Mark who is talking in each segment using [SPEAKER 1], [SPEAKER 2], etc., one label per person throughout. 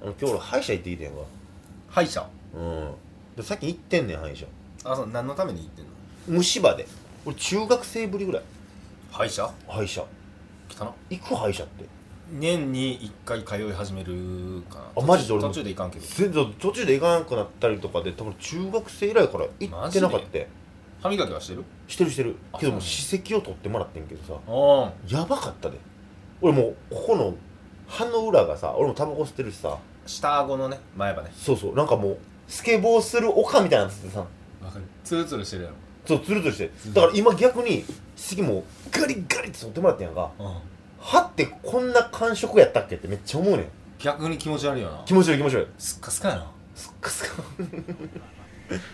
[SPEAKER 1] あの今日俺歯医者行ってきてんか
[SPEAKER 2] 歯医者
[SPEAKER 1] うんでさっき行ってんねん歯医者
[SPEAKER 2] あそう何のために行ってんの
[SPEAKER 1] 虫歯で俺中学生ぶりぐらい
[SPEAKER 2] 歯医者
[SPEAKER 1] 歯医者
[SPEAKER 2] 来たな
[SPEAKER 1] 行く歯医者って
[SPEAKER 2] 年に1回通い始めるかな
[SPEAKER 1] あマジで俺も
[SPEAKER 2] 途中で行かんけど
[SPEAKER 1] 全然途中で行かなくなったりとかで多分中学生以来から行ってなかっ
[SPEAKER 2] マジ
[SPEAKER 1] た
[SPEAKER 2] 歯磨きはしてる
[SPEAKER 1] してるしてる
[SPEAKER 2] あ
[SPEAKER 1] けどもう
[SPEAKER 2] そうなんや
[SPEAKER 1] 歯石を取ってもらってんけどさ
[SPEAKER 2] ああ
[SPEAKER 1] やばかったで俺もうここの歯の裏がさ俺もタバコ吸ってるしさ
[SPEAKER 2] 下顎のね前歯ね
[SPEAKER 1] そうそうなんかもうスケボーする丘みたいなやつってさ
[SPEAKER 2] わかるツルツルしてるやろ
[SPEAKER 1] そうツルツルして
[SPEAKER 2] うん
[SPEAKER 1] だから今逆に次もうガリガリって取ってもらってんやんか
[SPEAKER 2] うん
[SPEAKER 1] 歯ってこんな感触やったっけってめっちゃ思うねん
[SPEAKER 2] 逆に気持ち悪いよな
[SPEAKER 1] 気持ち悪い気持ち悪い
[SPEAKER 2] すっかすかやな
[SPEAKER 1] すっかすか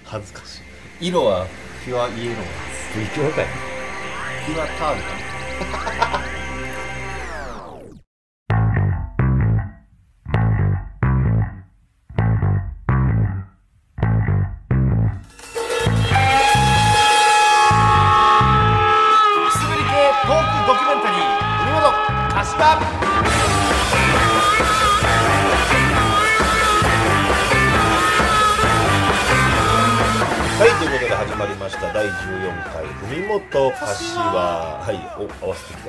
[SPEAKER 1] 恥ずかしい
[SPEAKER 2] 色はピュアイエロ
[SPEAKER 1] す
[SPEAKER 2] ー
[SPEAKER 1] っげえ若い
[SPEAKER 2] ピュアタールか
[SPEAKER 1] 久しぶり系トークドキュメンタリー海本柏はい、ということで始まりました第14回海本柏はい、お、合わせてき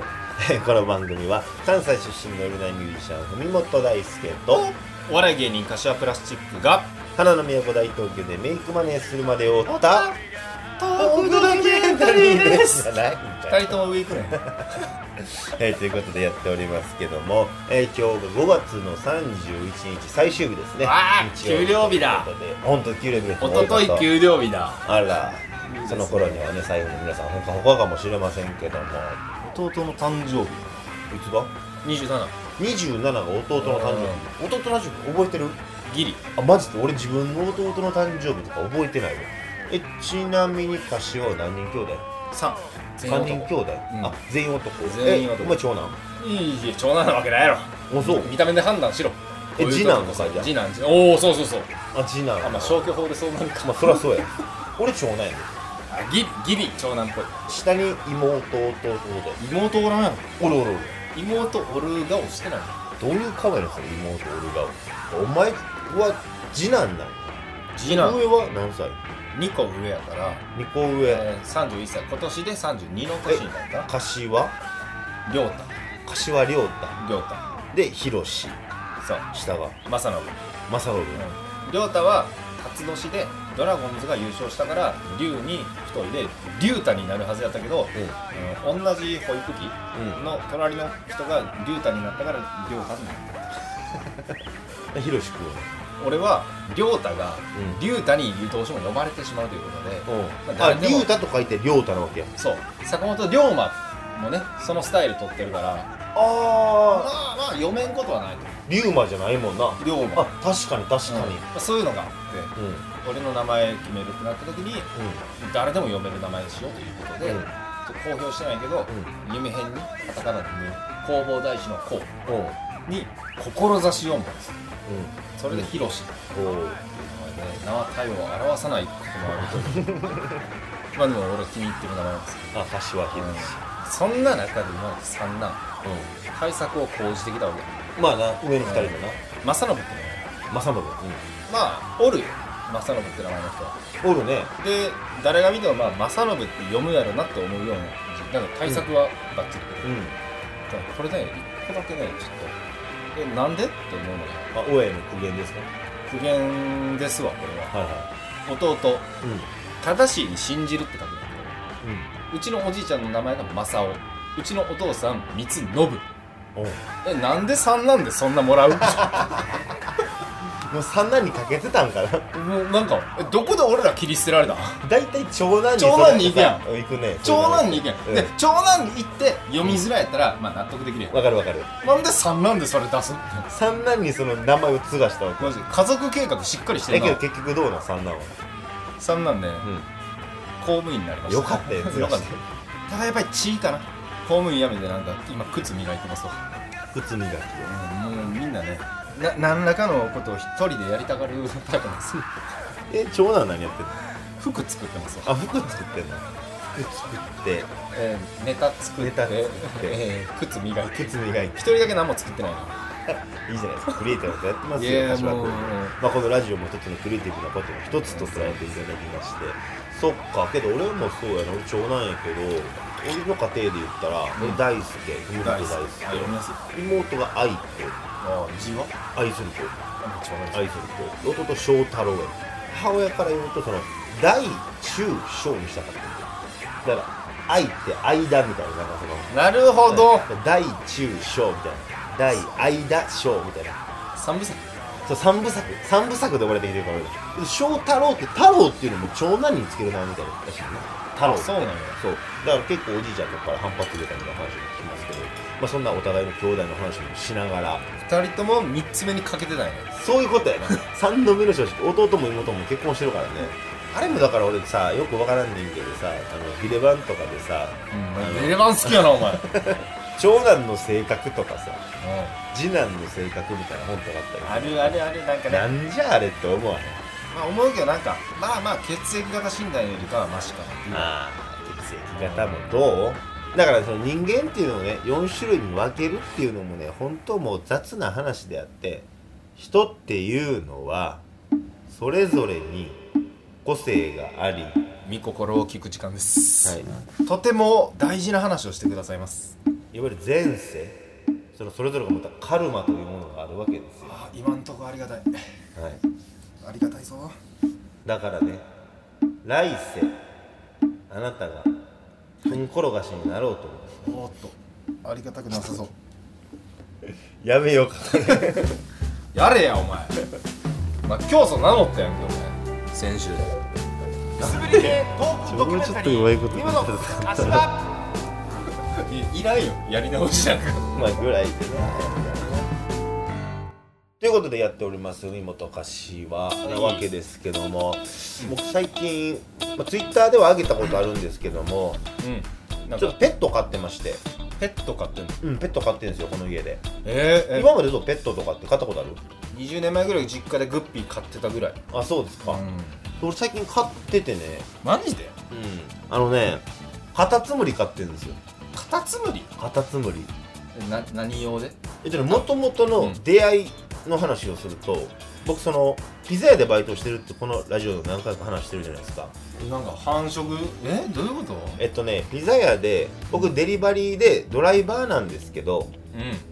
[SPEAKER 1] たこの番組は関西出身の夜ないミュージシャン文本大輔と
[SPEAKER 2] お笑い芸人柏プラスチックが
[SPEAKER 1] 花の都大東京でメイクマネーするまでを追ったトークドキ ュメンタリーですじゃないんだよ
[SPEAKER 2] 2人とも上行くねん
[SPEAKER 1] えーということでやっておりますけども、えー今日が5月の31日最終日ですね
[SPEAKER 2] わー
[SPEAKER 1] 日曜日
[SPEAKER 2] 給料日だ
[SPEAKER 1] ということで本当給料日です
[SPEAKER 2] おとと
[SPEAKER 1] おめ
[SPEAKER 2] い
[SPEAKER 1] でう
[SPEAKER 2] 給料日だ
[SPEAKER 1] あら
[SPEAKER 2] いいです
[SPEAKER 1] そ
[SPEAKER 2] ね
[SPEAKER 1] の頃にはね最後に皆さんほかほかかもしれませんけどもい
[SPEAKER 2] 弟の誕生日
[SPEAKER 1] つだ
[SPEAKER 2] 27
[SPEAKER 1] 27が弟の誕生日弟の誕生日覚えてる
[SPEAKER 2] ギリ
[SPEAKER 1] あマジで俺自分の弟の誕生日とか覚えてないわえちなみに柏は何人兄弟
[SPEAKER 2] 3
[SPEAKER 1] ?3 人兄弟、
[SPEAKER 2] うん
[SPEAKER 1] あ全員男
[SPEAKER 2] 全員男
[SPEAKER 1] えお前長男
[SPEAKER 2] いいえ長男なわけないや
[SPEAKER 1] おそう
[SPEAKER 2] ろ見た目で判断しろ
[SPEAKER 1] え次男とかじゃあ
[SPEAKER 2] 次男次おおそうそうそう
[SPEAKER 1] あ次男
[SPEAKER 2] あまあ消去法でそうなるか
[SPEAKER 1] まあそりゃそうや俺長男やで
[SPEAKER 2] あギリギリ長男っぽい
[SPEAKER 1] 下に妹弟弟
[SPEAKER 2] 妹おらんやろ
[SPEAKER 1] おるおるおる
[SPEAKER 2] 妹おるが押してない
[SPEAKER 1] どういう顔やねんそれ妹おる顔お前は次男なんや
[SPEAKER 2] 次
[SPEAKER 1] 上は何歳
[SPEAKER 2] 2個上やから、
[SPEAKER 1] 2個上
[SPEAKER 2] えー、31歳今年で32の年になった
[SPEAKER 1] 柏
[SPEAKER 2] 亮太
[SPEAKER 1] 柏亮太
[SPEAKER 2] 亮太
[SPEAKER 1] で広志
[SPEAKER 2] そう
[SPEAKER 1] 下が
[SPEAKER 2] 正信
[SPEAKER 1] 正信
[SPEAKER 2] うん亮太は辰年でドラゴンズが優勝したから龍に一人で龍太になるはずやったけど、あの同じ保育器
[SPEAKER 1] うんうん
[SPEAKER 2] の隣の人が龍太になったから亮太になった
[SPEAKER 1] で広志君
[SPEAKER 2] 俺は亮太が
[SPEAKER 1] うん
[SPEAKER 2] 龍太にどうしても呼ばれてしまうということで、
[SPEAKER 1] うん
[SPEAKER 2] まあ
[SPEAKER 1] あ
[SPEAKER 2] 誰で
[SPEAKER 1] 竜
[SPEAKER 2] も
[SPEAKER 1] 太と書いて亮太なわけや
[SPEAKER 2] そう坂本龍馬もねそのスタイル取ってるからま
[SPEAKER 1] ああ
[SPEAKER 2] あまあ読めんことはないと
[SPEAKER 1] 龍馬じゃないもんな
[SPEAKER 2] 龍馬
[SPEAKER 1] あ確かに確かに
[SPEAKER 2] うんまあそういうのがあっ
[SPEAKER 1] うんうん
[SPEAKER 2] て俺の名前決めるってなった時に誰でも読める名前にしようということで、
[SPEAKER 1] うん
[SPEAKER 2] 公表してないけど、夢編にカタカナで「弘法大師の公
[SPEAKER 1] うん
[SPEAKER 2] に「志」を持つ
[SPEAKER 1] うん
[SPEAKER 2] それで「広し」
[SPEAKER 1] おう
[SPEAKER 2] っていう名前で名は体を表さないこともあるというまあでも俺は気に入ってる名前なんです
[SPEAKER 1] あ柏
[SPEAKER 2] けど、
[SPEAKER 1] 広志
[SPEAKER 2] そんな中で今まで三男
[SPEAKER 1] うん
[SPEAKER 2] 対策を講じてきたわけ
[SPEAKER 1] まあな、上の二人も
[SPEAKER 2] 正信ってね
[SPEAKER 1] な。正信。
[SPEAKER 2] まあおるよ正信って名前の人は
[SPEAKER 1] うん。おるね。
[SPEAKER 2] で誰が見てもまあ正信って読むやろなって思うようななんか対策はバッチリで、
[SPEAKER 1] うん。
[SPEAKER 2] だからこれね一個だけねちょっとえなんでって思うのが
[SPEAKER 1] あ、大家の苦言ですか
[SPEAKER 2] 苦言ですわこれは
[SPEAKER 1] はいは
[SPEAKER 2] 弟
[SPEAKER 1] い。うん。
[SPEAKER 2] 正しいに信じるって書くんだけどうちのおじいちゃんの名前が正雄うちのお父さん光信
[SPEAKER 1] うん。お
[SPEAKER 2] えなんで三なんでそんなもらう
[SPEAKER 1] もう三男にかけてたんかな
[SPEAKER 2] もうなんかえどこで俺ら切り捨てら れた
[SPEAKER 1] 大体長男に
[SPEAKER 2] 長男に行くやん
[SPEAKER 1] ん行くね
[SPEAKER 2] 長男に行けん、
[SPEAKER 1] うん
[SPEAKER 2] で長男に行って読みづらいやったら、まあ納得できるやん
[SPEAKER 1] わかるわかる
[SPEAKER 2] なんで三なんでそれ出すって
[SPEAKER 1] 三男にその名前を継がしたわけ
[SPEAKER 2] マジで家族計画しっかりして
[SPEAKER 1] だ
[SPEAKER 2] る
[SPEAKER 1] けど
[SPEAKER 2] な
[SPEAKER 1] 結局どうなん三男は
[SPEAKER 2] 三なんね、
[SPEAKER 1] う
[SPEAKER 2] 公務員になりま
[SPEAKER 1] ん
[SPEAKER 2] した
[SPEAKER 1] よかったよ継
[SPEAKER 2] よ
[SPEAKER 1] が
[SPEAKER 2] か
[SPEAKER 1] し
[SPEAKER 2] った
[SPEAKER 1] て
[SPEAKER 2] ただやっぱり地位かな公務員辞めてなんか今靴磨いてますわ、
[SPEAKER 1] 靴磨きを
[SPEAKER 2] うん、もうみんなねな何らかのことを一人でやりたがるタイプなんです
[SPEAKER 1] え長男何やってんの
[SPEAKER 2] 服作ってますわ、
[SPEAKER 1] あ服作ってんの服作って
[SPEAKER 2] えーネタ作っ
[SPEAKER 1] ネ
[SPEAKER 2] て
[SPEAKER 1] タ作って
[SPEAKER 2] えー靴磨いて
[SPEAKER 1] 靴磨いて
[SPEAKER 2] 一人だけ何も作ってないな
[SPEAKER 1] いいじゃないですかクリエイティブなことやってます
[SPEAKER 2] い
[SPEAKER 1] よ
[SPEAKER 2] や
[SPEAKER 1] 柏
[SPEAKER 2] もう
[SPEAKER 1] 君まあ、このラジオも一つのクリエイティブなことの一つとされていただきましてそっかけど俺もそうやな俺長男やけど俺の家庭で言ったら、俺大輔妹大
[SPEAKER 2] 大
[SPEAKER 1] 輔
[SPEAKER 2] 好きあ読みやすい
[SPEAKER 1] 妹が愛子
[SPEAKER 2] あ字は
[SPEAKER 1] 愛する子
[SPEAKER 2] あ一番大好
[SPEAKER 1] 愛する子弟翔太郎や母親から言うとその大中小にしたかったんだよだから愛って間みたいななんかその
[SPEAKER 2] きなるほど
[SPEAKER 1] 大中小みたいな大間小みたいな
[SPEAKER 2] 三部作
[SPEAKER 1] そう三部作三部作で生まれてきてるから俺小太郎って太郎っていうのも長男につけるなみたいな確かにね太郎って
[SPEAKER 2] そうなんや
[SPEAKER 1] そうだから結構おじいちゃんとかから反発出たみたいな話も聞きますけど、まあ、そんなお互いの兄弟の話もしながら
[SPEAKER 2] 二人とも三つ目に欠けてないね
[SPEAKER 1] そういうことやな 三度目の正直弟も妹も結婚してるからねあれもだから俺さよくわからんねんけどさあのビレバンとかでさあの
[SPEAKER 2] レバン好きやなお前うん
[SPEAKER 1] 長男の性格とかさ次男の性格みたいな本とかあった
[SPEAKER 2] あ
[SPEAKER 1] り
[SPEAKER 2] るあるあるなんか
[SPEAKER 1] な
[SPEAKER 2] ね
[SPEAKER 1] んじゃあれって思わへん
[SPEAKER 2] まあ思うけどなんかまあまあ血液型診断よりかはマシかなっていう
[SPEAKER 1] ああ血液型もどうだからその人間っていうのをね4種類に分けるっていうのもね本当もう雑な話であって人っていうのはそれぞれに個性があり、は
[SPEAKER 2] 見心を聞く時間です、とても大事な話をしてくださいます
[SPEAKER 1] い、いわゆる前世そのそれぞれがまたカルマというものがあるわけですよ、
[SPEAKER 2] あ今んとこありがたい
[SPEAKER 1] はい、
[SPEAKER 2] ありがたいぞ
[SPEAKER 1] だからね来世あなたが踏ん転がしになろうと思う
[SPEAKER 2] おーっとありがたくなさそう
[SPEAKER 1] やめようか
[SPEAKER 2] やれやお前まあ教祖名乗ったやんけお前先週で
[SPEAKER 3] すぶりでトークドキュメンタリー
[SPEAKER 1] 上手いこと言
[SPEAKER 3] 今
[SPEAKER 1] っ
[SPEAKER 3] の
[SPEAKER 1] てた
[SPEAKER 3] 足場
[SPEAKER 2] いいらんよやり直しなんか
[SPEAKER 1] まあぐらいでね。ということでやっております海本歌詞はなわけですけども僕最近、まあ、ツイッターでは上げたことあるんですけども
[SPEAKER 2] うんなん
[SPEAKER 1] ちょっと
[SPEAKER 2] か
[SPEAKER 1] ペット飼ってまして、
[SPEAKER 2] ペット飼ってんの
[SPEAKER 1] うん、ペット飼ってるんですよこの家で
[SPEAKER 2] えー、え
[SPEAKER 1] 今までどうペットとかって飼ったことある
[SPEAKER 2] 20年前ぐらい実家でグッピー買ってたぐらい
[SPEAKER 1] あそうですか、俺最近飼っててね、
[SPEAKER 2] マジで
[SPEAKER 1] うん、あのねカタツムリ飼ってるんですよ
[SPEAKER 2] カタツムリ
[SPEAKER 1] カタツムリ
[SPEAKER 2] な何用で
[SPEAKER 1] えっとねもともと
[SPEAKER 2] う
[SPEAKER 1] の
[SPEAKER 2] ん
[SPEAKER 1] 出会いの話をすると、僕そのピザ屋でバイトしてるってこのラジオで何回か話してるじゃないですか
[SPEAKER 2] なんか繁殖えどういうこと
[SPEAKER 1] えっとねピザ屋で僕デリバリーでドライバーなんですけど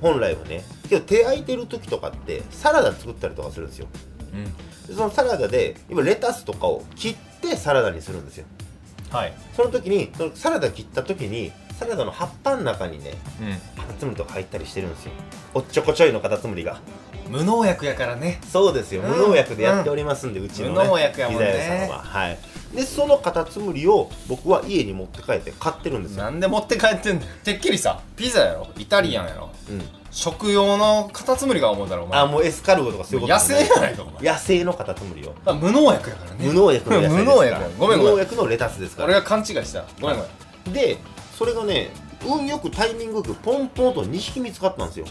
[SPEAKER 1] 本来はねけど手空いてる時とかってサラダ作ったりとかするんですよ
[SPEAKER 2] うんうん
[SPEAKER 1] でそのサラダで今レタスとかを切ってサラダにするんですよ
[SPEAKER 2] はい
[SPEAKER 1] その時にそのサラダ切った時にサラダの葉っぱの中にねカタツムリとか入ったりしてるんですよおっちょこちょいのカタツムリが
[SPEAKER 2] 無農薬やからね
[SPEAKER 1] そうですよ、
[SPEAKER 2] うん
[SPEAKER 1] 無農薬でやっておりますんで、うちの、ね、
[SPEAKER 2] 無農薬やもんね
[SPEAKER 1] ピザ屋さんははいでそのカタツムリを僕は家に持って帰って買ってるんですよ、
[SPEAKER 2] なんで持って帰ってんのてっきりさピザやろイタリアンやろ、
[SPEAKER 1] うん、
[SPEAKER 2] 食用のカタツムリが思うだろお前
[SPEAKER 1] あもうエスカルゴとかそういうこと
[SPEAKER 2] 野生やないかお前
[SPEAKER 1] 野生のカタツムリを
[SPEAKER 2] あ無農薬やからね
[SPEAKER 1] 無農薬の野菜ですから
[SPEAKER 2] 無農薬やごめんごめ
[SPEAKER 1] 無
[SPEAKER 2] ん
[SPEAKER 1] 農薬のレタスですか
[SPEAKER 2] 俺
[SPEAKER 1] ら
[SPEAKER 2] が勘違いしたごめんごめん
[SPEAKER 1] でそれがね運よくタイミングよくポンポンと2匹見つかったんですよ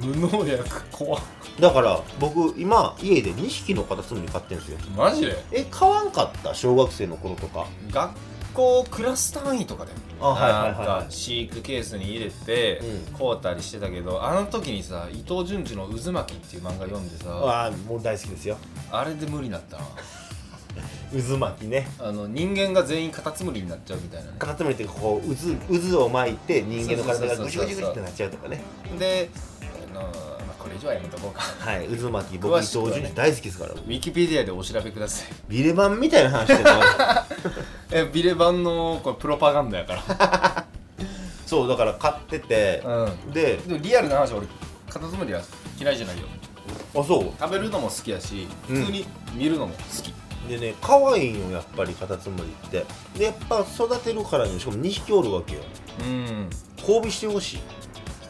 [SPEAKER 2] 無農薬怖っ
[SPEAKER 1] だから僕今家で2匹のカタツムリ飼ってるんですよ
[SPEAKER 2] マジで
[SPEAKER 1] え買わんかった小学生の頃とか
[SPEAKER 2] 学校クラス単位とかで
[SPEAKER 1] あはいはいはい
[SPEAKER 2] なんか飼育ケースに入れて
[SPEAKER 1] う
[SPEAKER 2] 買うたりしてたけどあの時にさ伊藤潤二の「渦巻き」っていう漫画読んでさ
[SPEAKER 1] ああもう大好きですよ
[SPEAKER 2] あれで無理だったな
[SPEAKER 1] 渦巻きね
[SPEAKER 2] あの人間が全員カタツムリになっちゃうみたいなね
[SPEAKER 1] カタツムリってこう渦渦を巻いて人間の体がぐちゅぐちゅぐちゅってなっちゃうとかね
[SPEAKER 2] であの、まあ、これ以上はやめとこうか
[SPEAKER 1] はい渦巻き僕
[SPEAKER 2] 詳
[SPEAKER 1] 伊
[SPEAKER 2] しくは
[SPEAKER 1] 藤
[SPEAKER 2] ね
[SPEAKER 1] 純二大好きですから
[SPEAKER 2] ウィキペディアでお調べください
[SPEAKER 1] ビレバンみたいな話してた
[SPEAKER 2] えビレバンのこれプロパガンダやか
[SPEAKER 1] そうだから買ってて
[SPEAKER 2] らうん
[SPEAKER 1] で
[SPEAKER 2] でもリアルな話俺カタツムリは嫌いじゃないよ
[SPEAKER 1] あそ
[SPEAKER 2] 食べるのも好きやし
[SPEAKER 1] うん
[SPEAKER 2] 普通に見るのも好き、
[SPEAKER 1] うでね可愛いんよやっぱりカタツムリってでやっぱ育てるからにしかも2匹おるわけよ
[SPEAKER 2] うん
[SPEAKER 1] 交尾してほしい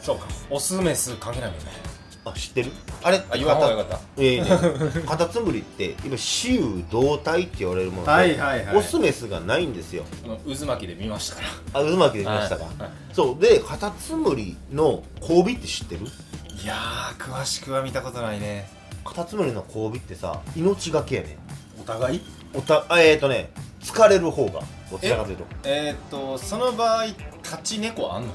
[SPEAKER 2] そうかオスメス関係ないもんね
[SPEAKER 1] あ知ってるあれ
[SPEAKER 2] あ言わん方がよかった
[SPEAKER 1] いやいやねカタツムリって今雌雄同体って言われるもので、
[SPEAKER 2] はいはいはい
[SPEAKER 1] オスメスがないんですよ
[SPEAKER 2] この渦巻きで見ましたから
[SPEAKER 1] あ渦巻きできましたか、
[SPEAKER 2] はいはい
[SPEAKER 1] そうでカタツムリの交尾って知ってる
[SPEAKER 2] いやー詳しくは見たことないね
[SPEAKER 1] カタツムリの交尾ってさ命がけやねん
[SPEAKER 2] お互い
[SPEAKER 1] おたあえっ、ー、とね疲れる方がどちらかというと
[SPEAKER 2] えー、っとその場合立ち猫あんの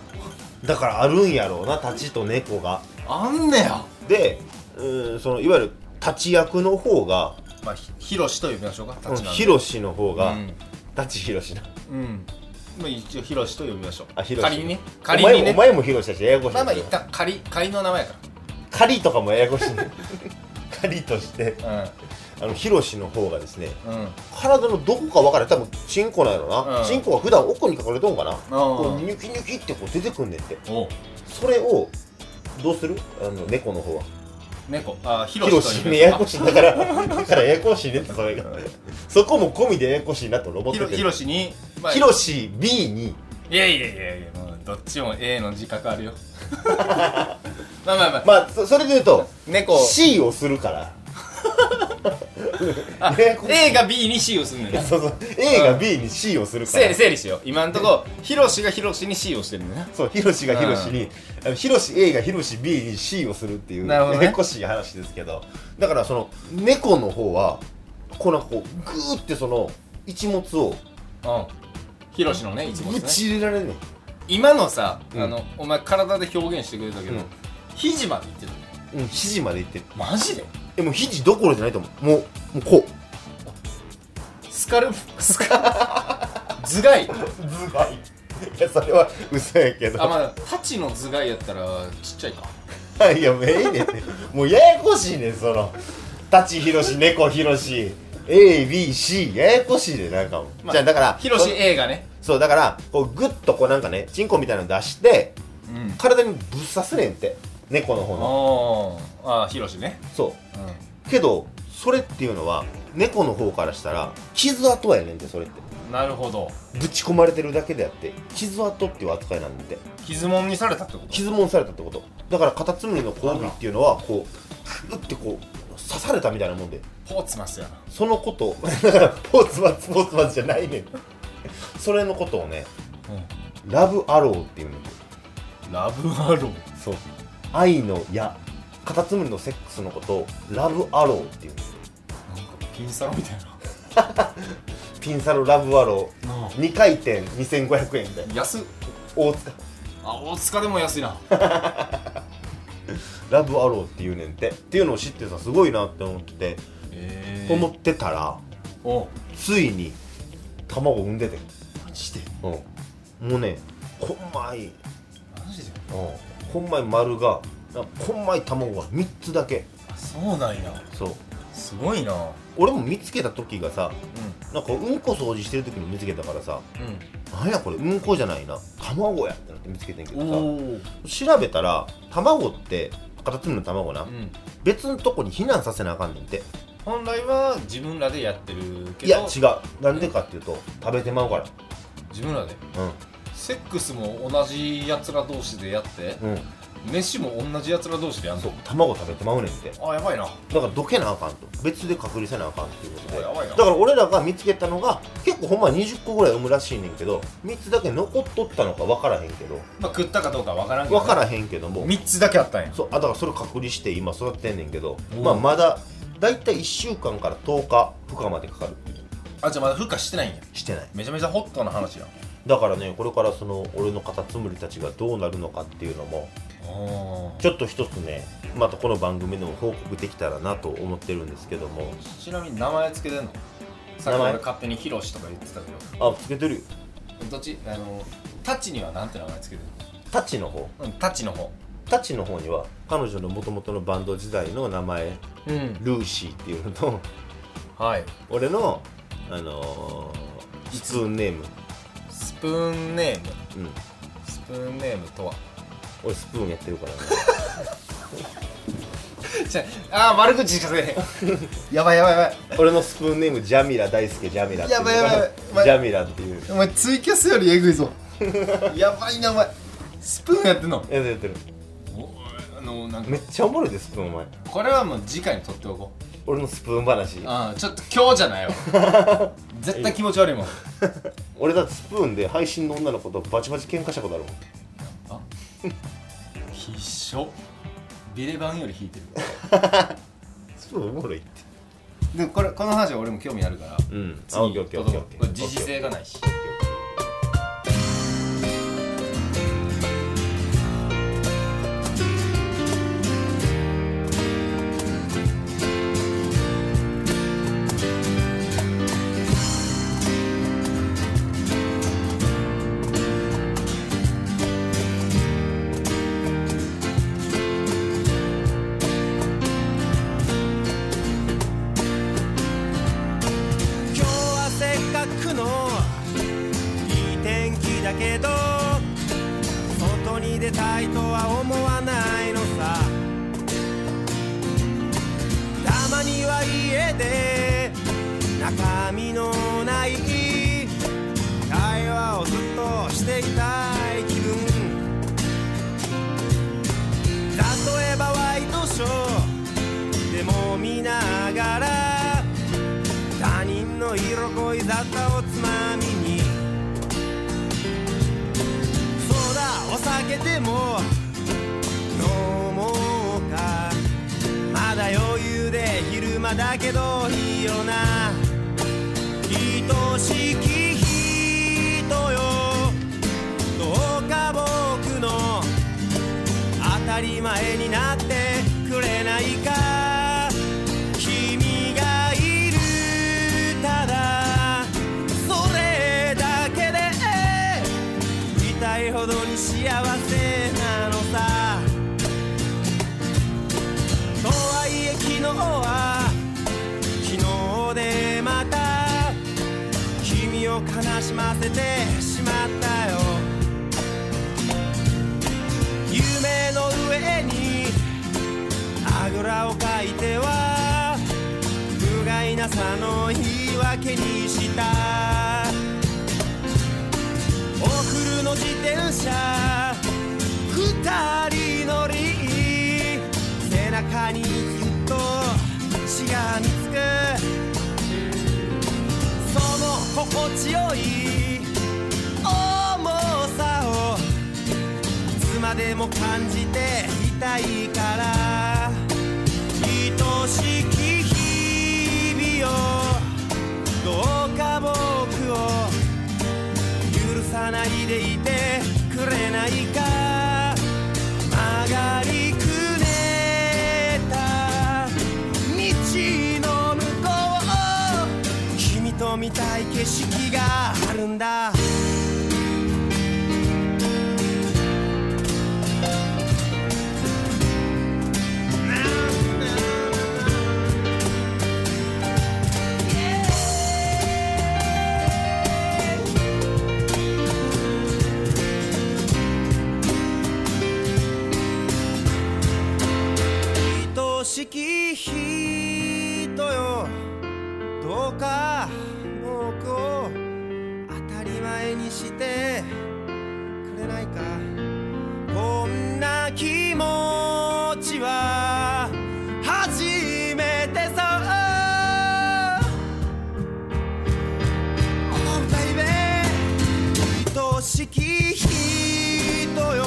[SPEAKER 1] だからあるんやろうなタチと猫が
[SPEAKER 2] あんねや
[SPEAKER 1] でうんそのいわゆる立ち役の方が
[SPEAKER 2] まあひひろしと呼びましょうか
[SPEAKER 1] うん
[SPEAKER 2] 立ちなんで
[SPEAKER 1] ヒロシの方が、
[SPEAKER 2] うん
[SPEAKER 1] 立ちヒロシな
[SPEAKER 2] うんまあ一応ひろしと呼びましょう
[SPEAKER 1] あヒロシ
[SPEAKER 2] 仮にね
[SPEAKER 1] お
[SPEAKER 2] 仮
[SPEAKER 1] 前
[SPEAKER 2] に
[SPEAKER 1] もお
[SPEAKER 2] ね
[SPEAKER 1] 前もヒロシだしややこしい
[SPEAKER 2] まあまあ一旦仮仮の名前やか
[SPEAKER 1] 仮とかもややこしいね仮として
[SPEAKER 2] ら
[SPEAKER 1] あのヒロシの方がですね
[SPEAKER 2] うんうん
[SPEAKER 1] 体のどこか分からない多分チンコなんやろな、
[SPEAKER 2] うん
[SPEAKER 1] チンコが普段奥に隠れとんかな、こう
[SPEAKER 2] お
[SPEAKER 1] ニュキニュキってこう出てくんねんって
[SPEAKER 2] おう
[SPEAKER 1] それをどうするあの猫の方は
[SPEAKER 2] 猫あひろ
[SPEAKER 1] ヒロ
[SPEAKER 2] しと呼
[SPEAKER 1] シ
[SPEAKER 2] び
[SPEAKER 1] ねや
[SPEAKER 2] まし
[SPEAKER 1] や
[SPEAKER 2] ょう
[SPEAKER 1] こしいだからだからややこしいねってそれがそこも込みでややこしいなとロボ
[SPEAKER 2] か
[SPEAKER 1] ッ
[SPEAKER 2] ひ
[SPEAKER 1] ト
[SPEAKER 2] ろ
[SPEAKER 1] って
[SPEAKER 2] ひろしにまあ
[SPEAKER 1] ヒロシ B に
[SPEAKER 2] いやいやいやいやもうどっちも A の自覚 あるよまあまあまあ
[SPEAKER 1] まあそそれで言うと
[SPEAKER 2] 猫
[SPEAKER 1] C をするから
[SPEAKER 2] あ
[SPEAKER 1] ややこしい
[SPEAKER 2] A が B に C をするんだよな
[SPEAKER 1] そうそう A が B に C をするか
[SPEAKER 2] 整
[SPEAKER 1] ら
[SPEAKER 2] 理整理しよう今んとこヒロシがヒロシに C をしてるんだよ
[SPEAKER 1] そうヒロシがヒロシにあのヒロシ A がヒロシ B に C をするっていう
[SPEAKER 2] なるほどね
[SPEAKER 1] ややこしい話ですけどだからその猫の方はこうなんかこうグーってその一物を
[SPEAKER 2] なうんヒロシのねいつも
[SPEAKER 1] ぶ
[SPEAKER 2] ね
[SPEAKER 1] ち入れられんねん
[SPEAKER 2] 今のさ、
[SPEAKER 1] うん
[SPEAKER 2] あのお前体で表現してくれたけど、
[SPEAKER 1] うん
[SPEAKER 2] 肘までいってたの
[SPEAKER 1] うん、肘までいってる
[SPEAKER 2] マジで
[SPEAKER 1] えもう肘どころじゃないと思うもうもうこう
[SPEAKER 2] スカルプスカ頭蓋
[SPEAKER 1] ズバイ いやそれは嘘やけ
[SPEAKER 2] あ
[SPEAKER 1] ど
[SPEAKER 2] まあ太刀の頭蓋やったらちっちゃい か
[SPEAKER 1] いやもうええねんもうややこしいねんその舘ひろし猫ひろし ABC ややこしいねんなんかも、
[SPEAKER 2] まあ
[SPEAKER 1] じゃあだから
[SPEAKER 2] ヒロシ
[SPEAKER 1] そ
[SPEAKER 2] A がね
[SPEAKER 1] そうだからこうグッとこうなんかねチンコみたいなの出して
[SPEAKER 2] うん
[SPEAKER 1] 体にぶっ刺すねんって猫の方の
[SPEAKER 2] おーああヒロシね
[SPEAKER 1] そ
[SPEAKER 2] うん
[SPEAKER 1] うけどそれっていうのは猫の方からしたら傷跡やねんってそれって
[SPEAKER 2] なるほど
[SPEAKER 1] ぶち込まれてるだけであって傷跡っていう扱いなんで
[SPEAKER 2] 傷もんにされたってこと
[SPEAKER 1] 傷もんされたってことだからカタツムリの交尾っていうのはこうグッてこう刺されたみたいなもんで
[SPEAKER 2] ポーツマスやな
[SPEAKER 1] そのこと をだからポーツマンツポーツマンツじゃないねんそれのことをねラブアローっていうの
[SPEAKER 2] ラブアロー
[SPEAKER 1] そう愛の矢カタツムリのセックスのことをラブアローっていうの
[SPEAKER 2] なんかピンサロみたいな
[SPEAKER 1] ピンサロラブアロ
[SPEAKER 2] なあ
[SPEAKER 1] ー2回転2500円みたいな
[SPEAKER 2] 安っ
[SPEAKER 1] 大塚
[SPEAKER 2] あ大塚でも安いな
[SPEAKER 1] ラブアローっていうねんてっていうのを知ってさすごいなって思って
[SPEAKER 2] え
[SPEAKER 1] 思ってたら
[SPEAKER 2] お
[SPEAKER 1] ついに卵産んでて
[SPEAKER 2] マジで
[SPEAKER 1] うん、もうねこんまい、
[SPEAKER 2] マジで
[SPEAKER 1] こんまい丸がなこんまい卵が3つだけ
[SPEAKER 2] あそうなんや
[SPEAKER 1] そう
[SPEAKER 2] すごいなうん
[SPEAKER 1] 俺も見つけた時がさなんかうんこ掃除してる時に見つけたからさなんやこれうんこじゃないな卵やってなって見つけてんけ
[SPEAKER 2] うん
[SPEAKER 1] ど
[SPEAKER 2] お
[SPEAKER 1] さ調べたら卵ってカタツムリの卵な、
[SPEAKER 2] うん
[SPEAKER 1] 別のとこに避難させなあかんねんて
[SPEAKER 2] 本来は自分らでやってるけ
[SPEAKER 1] いや
[SPEAKER 2] ど
[SPEAKER 1] 違うなんでかっていうと食べてまうか
[SPEAKER 2] 自分らで
[SPEAKER 1] ら
[SPEAKER 2] セックスも同じやつら同士でやって
[SPEAKER 1] うんうん
[SPEAKER 2] 飯も同じやつら同士でやん
[SPEAKER 1] そう
[SPEAKER 2] の
[SPEAKER 1] 卵食べてまうねんて
[SPEAKER 2] あやばいな
[SPEAKER 1] だからどけなあかんと別で隔離せなあかんっていうことで
[SPEAKER 2] おやばいな
[SPEAKER 1] だから俺らが見つけたのが結構ほんまは20個ぐらい産むらしいねんけど3つだけ残っとったのか分からへんけど
[SPEAKER 2] まあ食ったかどうかわからんけど
[SPEAKER 1] 分からへんけども
[SPEAKER 2] 3つだけあったんや
[SPEAKER 1] そうあだからそれ隔離して今育ててんねんけど、
[SPEAKER 2] うん
[SPEAKER 1] まあ、まだだいたい1週間から10日負荷までかかる
[SPEAKER 2] あじゃあまだ孵化してないんや
[SPEAKER 1] してない
[SPEAKER 2] めちゃめちゃホットな話やん
[SPEAKER 1] だからねこれからその俺のカタツムリたちがどうなるのかっていうのも
[SPEAKER 2] あ
[SPEAKER 1] ちょっと一つねまたこの番組でも報告できたらなと思ってるんですけども
[SPEAKER 2] ちなみに名前つけてんのさっき
[SPEAKER 1] 名前
[SPEAKER 2] 俺勝手にヒロシとか言ってたけど
[SPEAKER 1] あつけてるよ
[SPEAKER 2] どっちあのタッチにはなんて名前つけてん
[SPEAKER 1] タッチの方
[SPEAKER 2] のうんタッチの方
[SPEAKER 1] タッチの方には彼女の元々のバンド時代の名前
[SPEAKER 2] うん
[SPEAKER 1] ルーシーっていうのと
[SPEAKER 2] はい
[SPEAKER 1] 俺のあのー、スプーンネーム
[SPEAKER 2] スプーンネーム
[SPEAKER 1] うん
[SPEAKER 2] スプーンネームとは
[SPEAKER 1] 俺スプーンやってるからね
[SPEAKER 2] じゃああー悪口しかせえへん やばいやばいやばい
[SPEAKER 1] 俺のスプーンネームジャミラ大輔ジャミラっていうのが
[SPEAKER 2] やばいやばいやばい
[SPEAKER 1] ジャミラっていう
[SPEAKER 2] お前ツイキャスよりえぐいぞ やばいなお前スプーンやってんの
[SPEAKER 1] やつやってる
[SPEAKER 2] あのなん
[SPEAKER 1] めっちゃおもろいでスプーンお前
[SPEAKER 2] これはもう次回に取っておこう
[SPEAKER 1] 俺のスプーン話
[SPEAKER 2] ああちょっと今日じゃないわ 絶対気持ち悪いもん
[SPEAKER 1] 俺だってスプーンで配信の女の子とバチバチ喧嘩したことあるもん
[SPEAKER 2] あ必勝ビレバンより引いてる
[SPEAKER 1] スプーンおもろいって
[SPEAKER 2] でもこれこの話は俺も興味あるから
[SPEAKER 1] うん
[SPEAKER 2] 次
[SPEAKER 1] オッケーオッケーオッケーオッケー
[SPEAKER 2] これ時事性がないしいとは思わないのさたまには家で中身のない会話をずっとしていたい気分例えばワイドショーでも見ながら他人の色恋沙汰をつまみにそうだお酒でも飲もうかまだ余裕で昼間だけどいいよな愛しき人よどうか僕の当たり前になってくれないか君がいるただそれだけで痛いほどに幸せなのさとはいえ昨日は昨日でまた君を悲しませてしまったよ夢の上にあぐらをかいては不甲斐なさの言い訳にしたお古の自転車二人乗り背中にずっとしがみつくその心地よい重さをいつまでも感じていたいから愛しき日々をどうか僕を許さないでいてくれないか曲がりくねった道の向こう君と見たい景色があるんだ愛しき人よどうか僕を当たり前にしてくれないかこんな気持ちは初めてさ Oh baby 愛しき人よ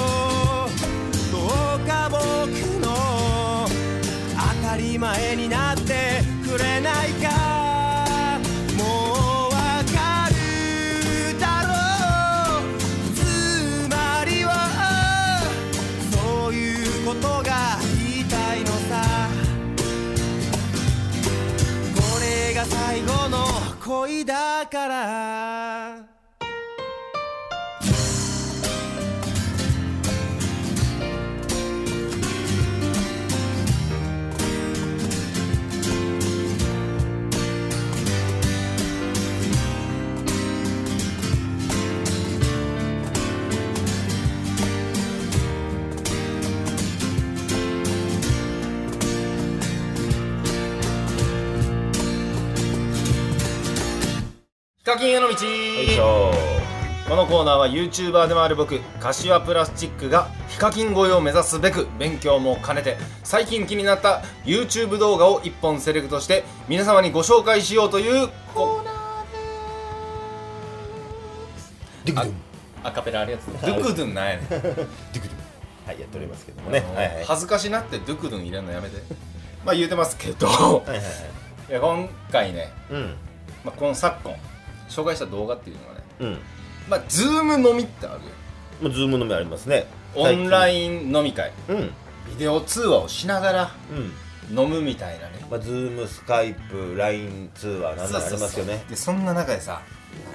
[SPEAKER 2] どうか僕の当たり前になってくれないかもうわかるだろうつまりはそういうことが言いたいのさこれが最後の恋だから
[SPEAKER 4] ヒカキンへの道
[SPEAKER 1] よいしょ
[SPEAKER 4] このコーナーは YouTuber でもある僕柏プラスチックがヒカキン越えを目指すべく勉強も兼ねて最近気になった YouTube 動画を1本セレクトして皆様にご紹介しようというコーナー
[SPEAKER 1] ディクドゥン
[SPEAKER 4] アカペラあるやつドゥクドゥンなんやねん
[SPEAKER 1] ディクドゥンはいやっておりますけどもねはいはいはい
[SPEAKER 4] 恥ずかしなってドゥクドゥン入れるのやめてまあ言うてますけど
[SPEAKER 1] はいはい
[SPEAKER 4] いや今回ね、
[SPEAKER 1] うん
[SPEAKER 4] まあ、この昨今紹介した動画っていうのはね
[SPEAKER 1] うん
[SPEAKER 4] まあズーム飲みってあるよ
[SPEAKER 1] まあズームのみありますね
[SPEAKER 4] オンラ
[SPEAKER 1] ン
[SPEAKER 4] イン飲み会
[SPEAKER 1] うん
[SPEAKER 4] ビデオ通話をしながら
[SPEAKER 1] うん
[SPEAKER 4] 飲むみたいなね
[SPEAKER 1] まあズームスカイプ LINE 通話なんだありますよね
[SPEAKER 4] でそんな中でさ、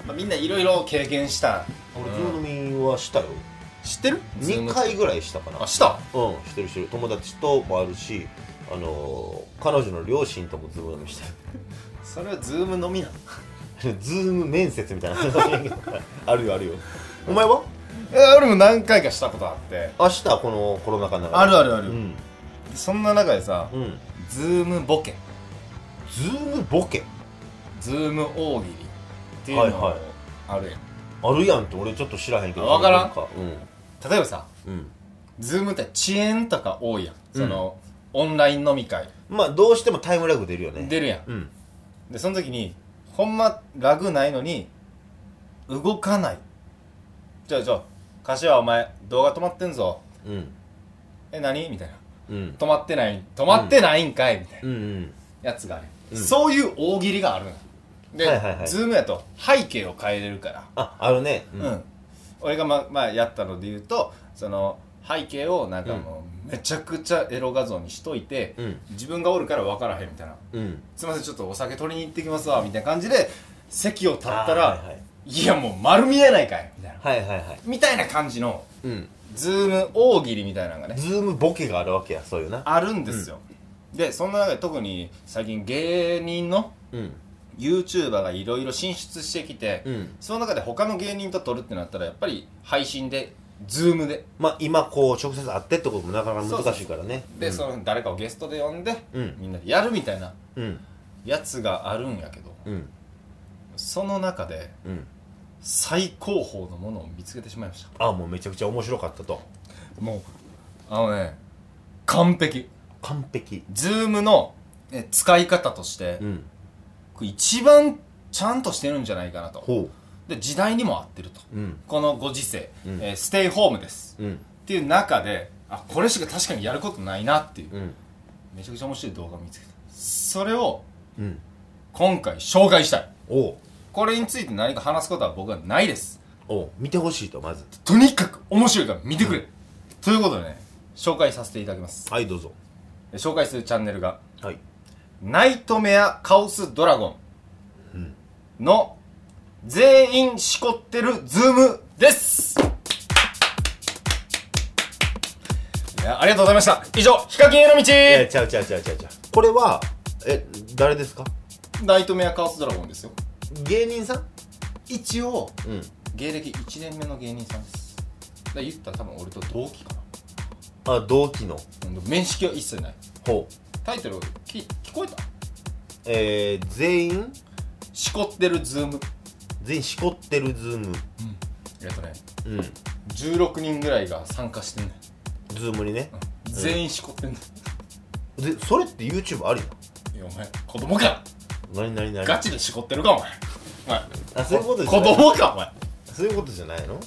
[SPEAKER 4] まあ、みんないろいろ経験した
[SPEAKER 1] 俺ズームはしたよ
[SPEAKER 4] 知ってる
[SPEAKER 1] 2
[SPEAKER 4] Zoom
[SPEAKER 1] 回ぐらいしたかな
[SPEAKER 4] あした
[SPEAKER 1] うんしてるしてる友達ともあるしあのー彼女の両親ともズーム飲みしたよ
[SPEAKER 4] それはズーム飲みなの
[SPEAKER 1] ズーム面接みたいなあるよあるよお前は
[SPEAKER 2] いや俺も何回かしたことあって
[SPEAKER 1] 明日このコロナ禍の中で
[SPEAKER 2] あるあるある、
[SPEAKER 1] うん
[SPEAKER 2] そんな中でさ、
[SPEAKER 1] うん
[SPEAKER 2] ズームボケ
[SPEAKER 1] ズームボケ
[SPEAKER 2] ズーム大喜利っていうの
[SPEAKER 1] はい
[SPEAKER 2] が
[SPEAKER 1] はい
[SPEAKER 2] あるやん、
[SPEAKER 1] あるやんって俺ちょっと知らへんけど
[SPEAKER 2] あわからん
[SPEAKER 1] なんか
[SPEAKER 2] 例えばさ
[SPEAKER 1] うんうん
[SPEAKER 2] ズームって遅延とか多いやんその、オンライン飲み会
[SPEAKER 1] まあどうしてもタイムラグ出るよね
[SPEAKER 2] 出るやん
[SPEAKER 1] うん
[SPEAKER 2] でその時にほんまラグないのに動かないじゃあじゃあ柏お前動画止まってんぞ
[SPEAKER 1] うん
[SPEAKER 2] え何みたいな
[SPEAKER 1] うん
[SPEAKER 2] 止まってない止まってないんかい、みたいな
[SPEAKER 1] うんうん
[SPEAKER 2] やつがある、
[SPEAKER 1] うん
[SPEAKER 2] そういう大喜利があるのよで、
[SPEAKER 1] はいはいはい
[SPEAKER 2] ズームやと背景を変えれるから
[SPEAKER 1] ああるねう
[SPEAKER 2] うん、俺がままあやったので言うとその背景をなんかもうめちゃくちゃエロ画像にしといて、
[SPEAKER 1] うん
[SPEAKER 2] 自分がおるから分からへんみたいな
[SPEAKER 1] うん
[SPEAKER 2] 「すいませんちょっとお酒取りに行ってきますわ」みたいな感じで席を立ったら「
[SPEAKER 1] あーはいい
[SPEAKER 2] やもう丸見えないかい」みたいな、
[SPEAKER 1] はいはいはい
[SPEAKER 2] みたいな感じの
[SPEAKER 1] うん
[SPEAKER 2] ズーム大喜利みたいなのがね
[SPEAKER 1] ズームボケがあるわけやそういうな
[SPEAKER 2] あるんですよ、でそんな中で特に最近芸人の
[SPEAKER 1] うん
[SPEAKER 2] ユーチューバーがいろいろ進出してきて、
[SPEAKER 1] うん
[SPEAKER 2] その中で他の芸人と撮るってなったらやっぱり配信で Zoom で
[SPEAKER 1] まあ今こう直接会ってってこともなかなか難しいからね
[SPEAKER 2] で、その誰かをゲストで呼んで、
[SPEAKER 1] うん
[SPEAKER 2] みんなでやるみたいな
[SPEAKER 1] うん
[SPEAKER 2] やつがあるんやけど
[SPEAKER 1] うん
[SPEAKER 2] その中で
[SPEAKER 1] うん
[SPEAKER 2] 最高峰のものを見つけてしまいました
[SPEAKER 1] あもうめちゃくちゃ面白かったと
[SPEAKER 2] もうあのね完璧
[SPEAKER 1] 完璧
[SPEAKER 2] Zoom のえ使い方として、
[SPEAKER 1] うん
[SPEAKER 2] これ一番ちゃんとしてるんじゃないかなと
[SPEAKER 1] ほ
[SPEAKER 2] で時代にも合ってると、
[SPEAKER 1] ううん
[SPEAKER 2] このご時世、
[SPEAKER 1] うん
[SPEAKER 2] えーステイホームです、
[SPEAKER 1] うん
[SPEAKER 2] っていう中であこれしか確かにやることないなっていう、
[SPEAKER 1] うん
[SPEAKER 2] めちゃくちゃ面白い動画を見つけたそれを
[SPEAKER 1] うん
[SPEAKER 2] 今回紹介したい
[SPEAKER 1] おう
[SPEAKER 2] これについて何か話すことは僕はないです
[SPEAKER 1] おう見てほしいとまず
[SPEAKER 2] とにかく面白いから見てくれ、ということでね紹介させていただきます
[SPEAKER 1] はいどうぞ
[SPEAKER 2] で紹介するチャンネルが
[SPEAKER 1] はい
[SPEAKER 2] 「ナイトメアカオスドラゴン」の全員しこってるズームですいやありがとうございました以上ヒカキンへの
[SPEAKER 1] いや
[SPEAKER 2] 道
[SPEAKER 1] ちゃうちゃうちゃうちゃうちゃうこれはえ誰ですか
[SPEAKER 2] ナイトメアカオスドラゴンですよ
[SPEAKER 1] 芸人さん
[SPEAKER 2] 一応
[SPEAKER 1] うん
[SPEAKER 2] 芸歴1年目の芸人さんですだから言ったら多分俺と同期かな
[SPEAKER 1] あ同期の
[SPEAKER 2] うん面識は一切ない
[SPEAKER 1] ほう
[SPEAKER 2] タイトルき聞こえた
[SPEAKER 1] えー、全員
[SPEAKER 2] しこってるズーム
[SPEAKER 1] 全員しこってるズーム
[SPEAKER 2] えっとね
[SPEAKER 1] うん
[SPEAKER 2] 16人ぐらいが参加してんね
[SPEAKER 1] ズームにね、
[SPEAKER 2] 全員しこってんね
[SPEAKER 1] でそれって YouTube あり
[SPEAKER 2] いやお前子供か
[SPEAKER 1] な何何何
[SPEAKER 2] ガチでしこってるかお前お前
[SPEAKER 1] あそういうことじ
[SPEAKER 2] 子
[SPEAKER 1] ゃない
[SPEAKER 2] 供かお前
[SPEAKER 1] そういうことじゃないの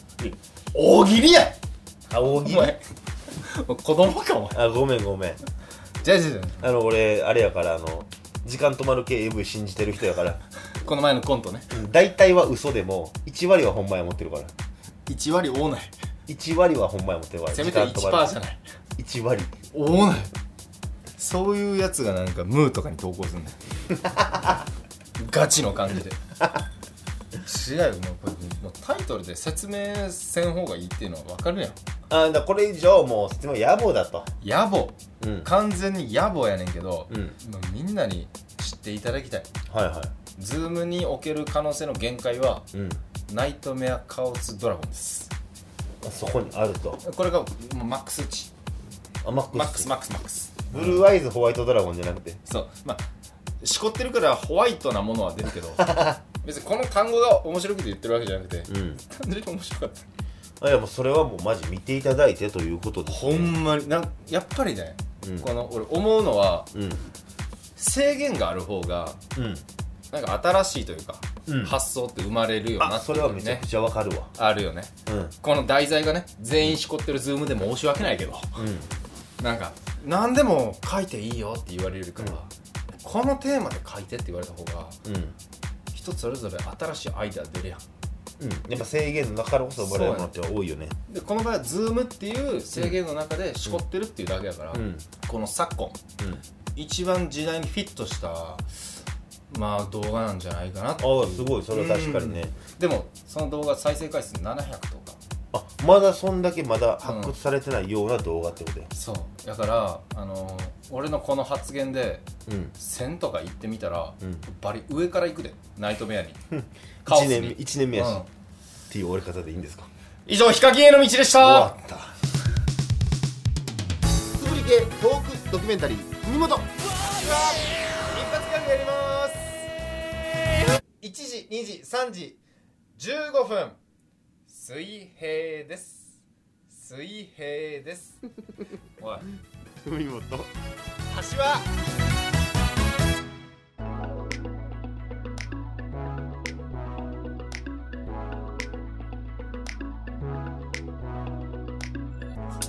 [SPEAKER 2] 大喜利や
[SPEAKER 1] あ大
[SPEAKER 2] お
[SPEAKER 1] 喜利
[SPEAKER 2] 前子供かお前
[SPEAKER 1] あごめんごめん
[SPEAKER 2] じゃあじゃあじゃ
[SPEAKER 1] あの俺あれやからあの時間止まる系 AV 信じてる人やから
[SPEAKER 2] あこの前のコントね
[SPEAKER 1] うん大体は嘘でも1割は本番や持ってるから
[SPEAKER 2] 1割多ない
[SPEAKER 1] 1割は本番や持ってるから
[SPEAKER 2] せめて1%
[SPEAKER 1] 時
[SPEAKER 2] じ
[SPEAKER 1] 間止まる
[SPEAKER 2] ゃない
[SPEAKER 1] 1割
[SPEAKER 2] おおないそういうやつがなんかムーとかに投稿すんだよ ガチの感じで 違うよもうこれもうタイトルで説明せん方がいいっていうのは分かるやん
[SPEAKER 1] あだからこれ以上もう説明は野暮だと
[SPEAKER 2] 野暮
[SPEAKER 1] うん
[SPEAKER 2] 完全に野暮やねんけど、
[SPEAKER 1] うん
[SPEAKER 2] もうみんなに知っていただきたい
[SPEAKER 1] はいは
[SPEAKER 2] ズームにおける可能性の限界は、
[SPEAKER 1] いうん
[SPEAKER 2] ナイトメアカオスドラゴンです
[SPEAKER 1] そこにあると
[SPEAKER 2] これがもうマックス値
[SPEAKER 1] あマックス
[SPEAKER 2] マックスマックスマックス
[SPEAKER 1] ブルーアイズホワイトドラゴンじゃなくて
[SPEAKER 2] そうまあしこってるからホワイトなものは出る けど別にこの単語が面白くて言ってるわけじゃなくて、
[SPEAKER 1] うん
[SPEAKER 2] 単純に面白かっ
[SPEAKER 1] いやもうそれはもうマジ見ていただいてということで
[SPEAKER 2] たほんまになんやっぱりね、
[SPEAKER 1] うん
[SPEAKER 2] この俺思うのは
[SPEAKER 1] うん
[SPEAKER 2] 制限がある方が
[SPEAKER 1] うん
[SPEAKER 2] なんか新しいというか、
[SPEAKER 1] うん
[SPEAKER 2] 発想って生まれるよな
[SPEAKER 1] あ
[SPEAKER 2] って
[SPEAKER 1] そ
[SPEAKER 2] いう
[SPEAKER 1] れ
[SPEAKER 2] の
[SPEAKER 1] は
[SPEAKER 2] ね
[SPEAKER 1] めちゃくちゃわかるわ
[SPEAKER 2] あるよね
[SPEAKER 1] うん
[SPEAKER 2] この題材がね全員しこってるズームで申し訳ないけど
[SPEAKER 1] うん
[SPEAKER 2] なんか何でも書いていいよって言われるから、このテーマで書いてって言われた方が
[SPEAKER 1] うん
[SPEAKER 2] 人それぞれ新しいアイデア出るやん
[SPEAKER 1] うん、やっぱ制限の中からこそ生まれるものって多いよね
[SPEAKER 2] でこの場合は Zoom っていう制限の中でしこってるっていうだけだから、
[SPEAKER 1] ん
[SPEAKER 2] この昨今一番時代にフィットしたまあ動画なんじゃないかなと
[SPEAKER 1] ああすごいそれは確かにね、
[SPEAKER 2] でもその動画再生回数700とか
[SPEAKER 1] あまだそんだけまだ発掘されてないような動画ってことや
[SPEAKER 2] そうだからあのー俺のこの発言で
[SPEAKER 1] うん
[SPEAKER 2] 1000とか行ってみたら、
[SPEAKER 1] うん
[SPEAKER 2] バリ 上から行くでナイトメアに
[SPEAKER 1] 1年目1年目やし、
[SPEAKER 2] うん
[SPEAKER 1] っていう終わり方でいいんですか
[SPEAKER 2] 以上ヒカキンへの道でし
[SPEAKER 1] 終
[SPEAKER 2] た
[SPEAKER 1] わった
[SPEAKER 3] つぶり系トークドキュメンタリー文元
[SPEAKER 2] 一発ギャグやります1時2時3時15分水平です水平です おい
[SPEAKER 3] 文元
[SPEAKER 2] 橋は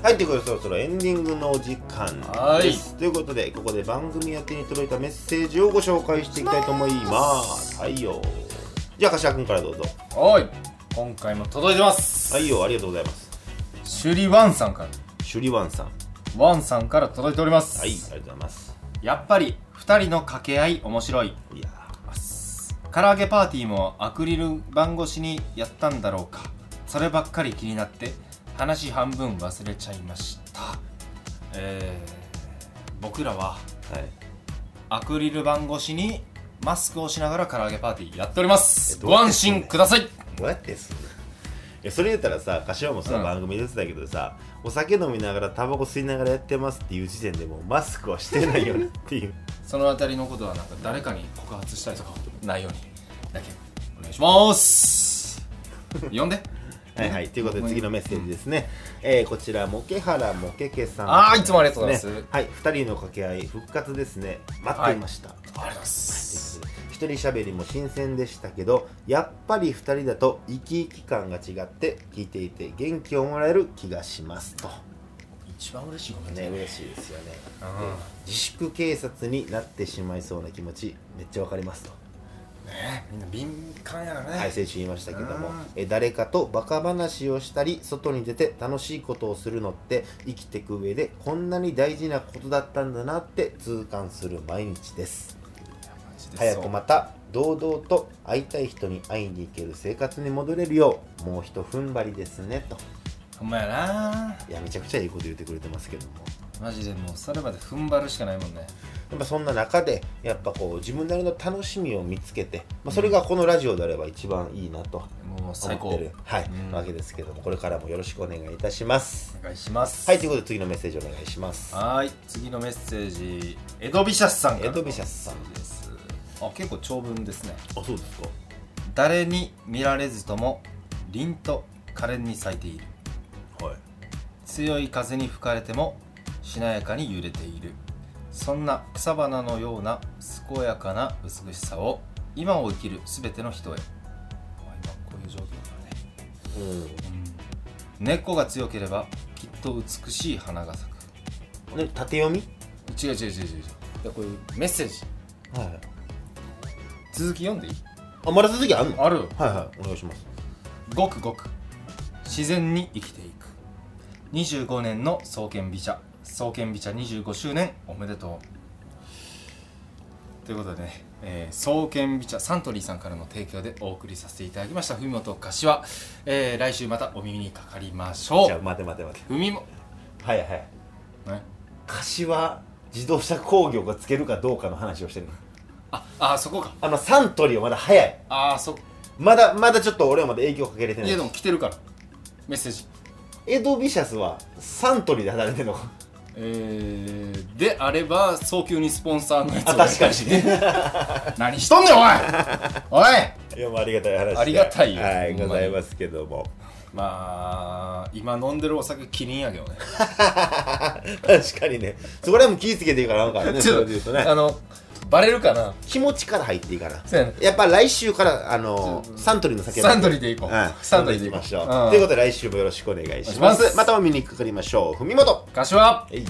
[SPEAKER 1] はい、ということでそろそろエンディングのお時間
[SPEAKER 2] はい
[SPEAKER 1] です。ということで、ここで番組宛てに届いたメッセージをご紹介していきたいと思います。はいよ。じゃあ、柏君からどうぞ。
[SPEAKER 2] おい今回も届いてます
[SPEAKER 1] はいよ、ありがとうございます。
[SPEAKER 2] シュリワンさんから
[SPEAKER 1] シュリワンさん。はい、
[SPEAKER 2] ワンさんから届いております、
[SPEAKER 1] ありがとうございます。
[SPEAKER 2] やっぱり2人の掛け合い面白い
[SPEAKER 1] いや
[SPEAKER 2] 唐揚げパーティーもアクリル板越しにやったんだろうかそればっかり気になって話半分忘れちゃいましたえー、僕らは
[SPEAKER 1] ーはい。
[SPEAKER 2] アクリル板越しにマスクをしながら唐揚げパーティーやっております
[SPEAKER 1] えどう
[SPEAKER 2] ご
[SPEAKER 1] やって
[SPEAKER 2] 安心ください
[SPEAKER 1] どうやってすんのえそれ言ったらさ柏もさ、
[SPEAKER 2] うん
[SPEAKER 1] 番組出てたけどさお酒飲みながらタバコ吸いながらやってますっていう時点でもうマスクはしてないよねって いう
[SPEAKER 2] そのあたりのことはなんか誰かに告発したりとかないようにだけお願いします呼ん で
[SPEAKER 1] はいはいということで次のメッセージですね、えーこちらもけはらもけけさん
[SPEAKER 2] あーいつもありがとうございます
[SPEAKER 1] ねはい2人の掛け合い復活ですね待っていました、
[SPEAKER 2] ありがとうございます
[SPEAKER 1] 一人喋りも新鮮でしたけどやっぱり二人だと生き生き感が違って聞いていて元気をもらえる気がしますと
[SPEAKER 2] 一番嬉しいもん
[SPEAKER 1] ね
[SPEAKER 2] ね
[SPEAKER 1] 嬉しいですよね
[SPEAKER 2] うん
[SPEAKER 1] 自粛警察になってしまいそうな気持ちめっちゃわかりますと
[SPEAKER 2] ねみんな敏感やからね、
[SPEAKER 1] はい先週言いましたけども
[SPEAKER 2] うん
[SPEAKER 1] え誰かとバカ話をしたり外に出て楽しいことをするのって生きてく上でこんなに大事なことだったんだなって痛感する毎日です
[SPEAKER 2] マジでそう
[SPEAKER 1] 早くまた堂々と会いたい人に会いに行ける生活に戻れるようもうひと踏ん張りですねと
[SPEAKER 2] ほんまやない
[SPEAKER 1] やめちゃくちゃいいこと言ってくれてますけども
[SPEAKER 2] マジでもうそれまで踏ん張るしかないもんね
[SPEAKER 1] やっぱそんな中でやっぱこう自分なりの楽しみを見つけて、まあ、それがこのラジオであれば一番いいなと
[SPEAKER 2] もう
[SPEAKER 1] 思
[SPEAKER 2] 最高
[SPEAKER 1] ってる、はい
[SPEAKER 2] うん
[SPEAKER 1] わけですけどもこれからもよろしくお願いいたします
[SPEAKER 2] お願いします
[SPEAKER 1] はいということで次のメッセージお願いします
[SPEAKER 2] はーい次のメッセージエドビシャスさんから
[SPEAKER 1] エドビシャスさん
[SPEAKER 2] ですあ結構長文ですね
[SPEAKER 1] あそうですか
[SPEAKER 2] 誰に見られずとも凛と可憐に咲いている
[SPEAKER 1] はい
[SPEAKER 2] 強い風に吹かれてもしなやかに揺れているそんな草花のような健やかな美しさを今を生きる全ての人へあ今こういう状況だね
[SPEAKER 1] う
[SPEAKER 2] 根っこが強ければきっと美しい花が咲く
[SPEAKER 1] んね縦読み
[SPEAKER 2] 違う違う違う違う違ういやこういうメッセージ
[SPEAKER 1] はい
[SPEAKER 2] 続き読んでいい
[SPEAKER 1] あまだ続きあんの
[SPEAKER 2] ある
[SPEAKER 1] はいはいお願いします
[SPEAKER 2] ごくごく自然に生きていく25年の創建美茶創建美茶25周年おめでとうということでね、えー、創建美茶サントリーさんからの提供でお送りさせていただきました文元柏、えー、来週またお耳にかかりましょ
[SPEAKER 1] じゃあ
[SPEAKER 2] う
[SPEAKER 1] 待て待て待て
[SPEAKER 2] 海も
[SPEAKER 1] はいはい
[SPEAKER 2] ね
[SPEAKER 1] 柏自動車工業がつけるかどうかの話をしてるの
[SPEAKER 2] ああそこか
[SPEAKER 1] あのサントリーはまだ早い
[SPEAKER 2] ああそ
[SPEAKER 1] まだまだちょっと俺はまだ影響かけれてない
[SPEAKER 2] いやでも来てるからメッセージ
[SPEAKER 1] エドビシャスはサントリーで働いてんの
[SPEAKER 2] えー、であれば早急にスポンサーのやつ
[SPEAKER 1] あ確かに
[SPEAKER 2] 何しとんねんおいおい
[SPEAKER 1] いやもうありがたい話で
[SPEAKER 2] ありがたいよ
[SPEAKER 1] はい
[SPEAKER 2] ほんま
[SPEAKER 1] ご
[SPEAKER 2] に
[SPEAKER 1] ざいますけども
[SPEAKER 2] まあ今飲んでるお酒キリンやけどね
[SPEAKER 1] 確かにねそこら辺も気ぃつけていかなあかんから ね
[SPEAKER 2] ち
[SPEAKER 1] そ
[SPEAKER 2] ょ
[SPEAKER 1] れ
[SPEAKER 2] っ
[SPEAKER 1] で言うと
[SPEAKER 2] と
[SPEAKER 1] ね
[SPEAKER 2] あのバレるかな
[SPEAKER 1] 気持ちから入っていかな
[SPEAKER 2] そうやね
[SPEAKER 1] やっぱ来週からあのサントリーの酒
[SPEAKER 2] サントリーでいこう、
[SPEAKER 1] はい
[SPEAKER 2] サントリーで
[SPEAKER 1] 飲ん
[SPEAKER 2] い
[SPEAKER 1] で
[SPEAKER 2] こ
[SPEAKER 1] いき
[SPEAKER 2] う
[SPEAKER 1] ましょう
[SPEAKER 2] うん
[SPEAKER 1] ということで来週もよろしくお願いし
[SPEAKER 2] お願
[SPEAKER 1] ま
[SPEAKER 2] いします
[SPEAKER 1] すまたお見にかかりましょう文元
[SPEAKER 2] 柏
[SPEAKER 1] えい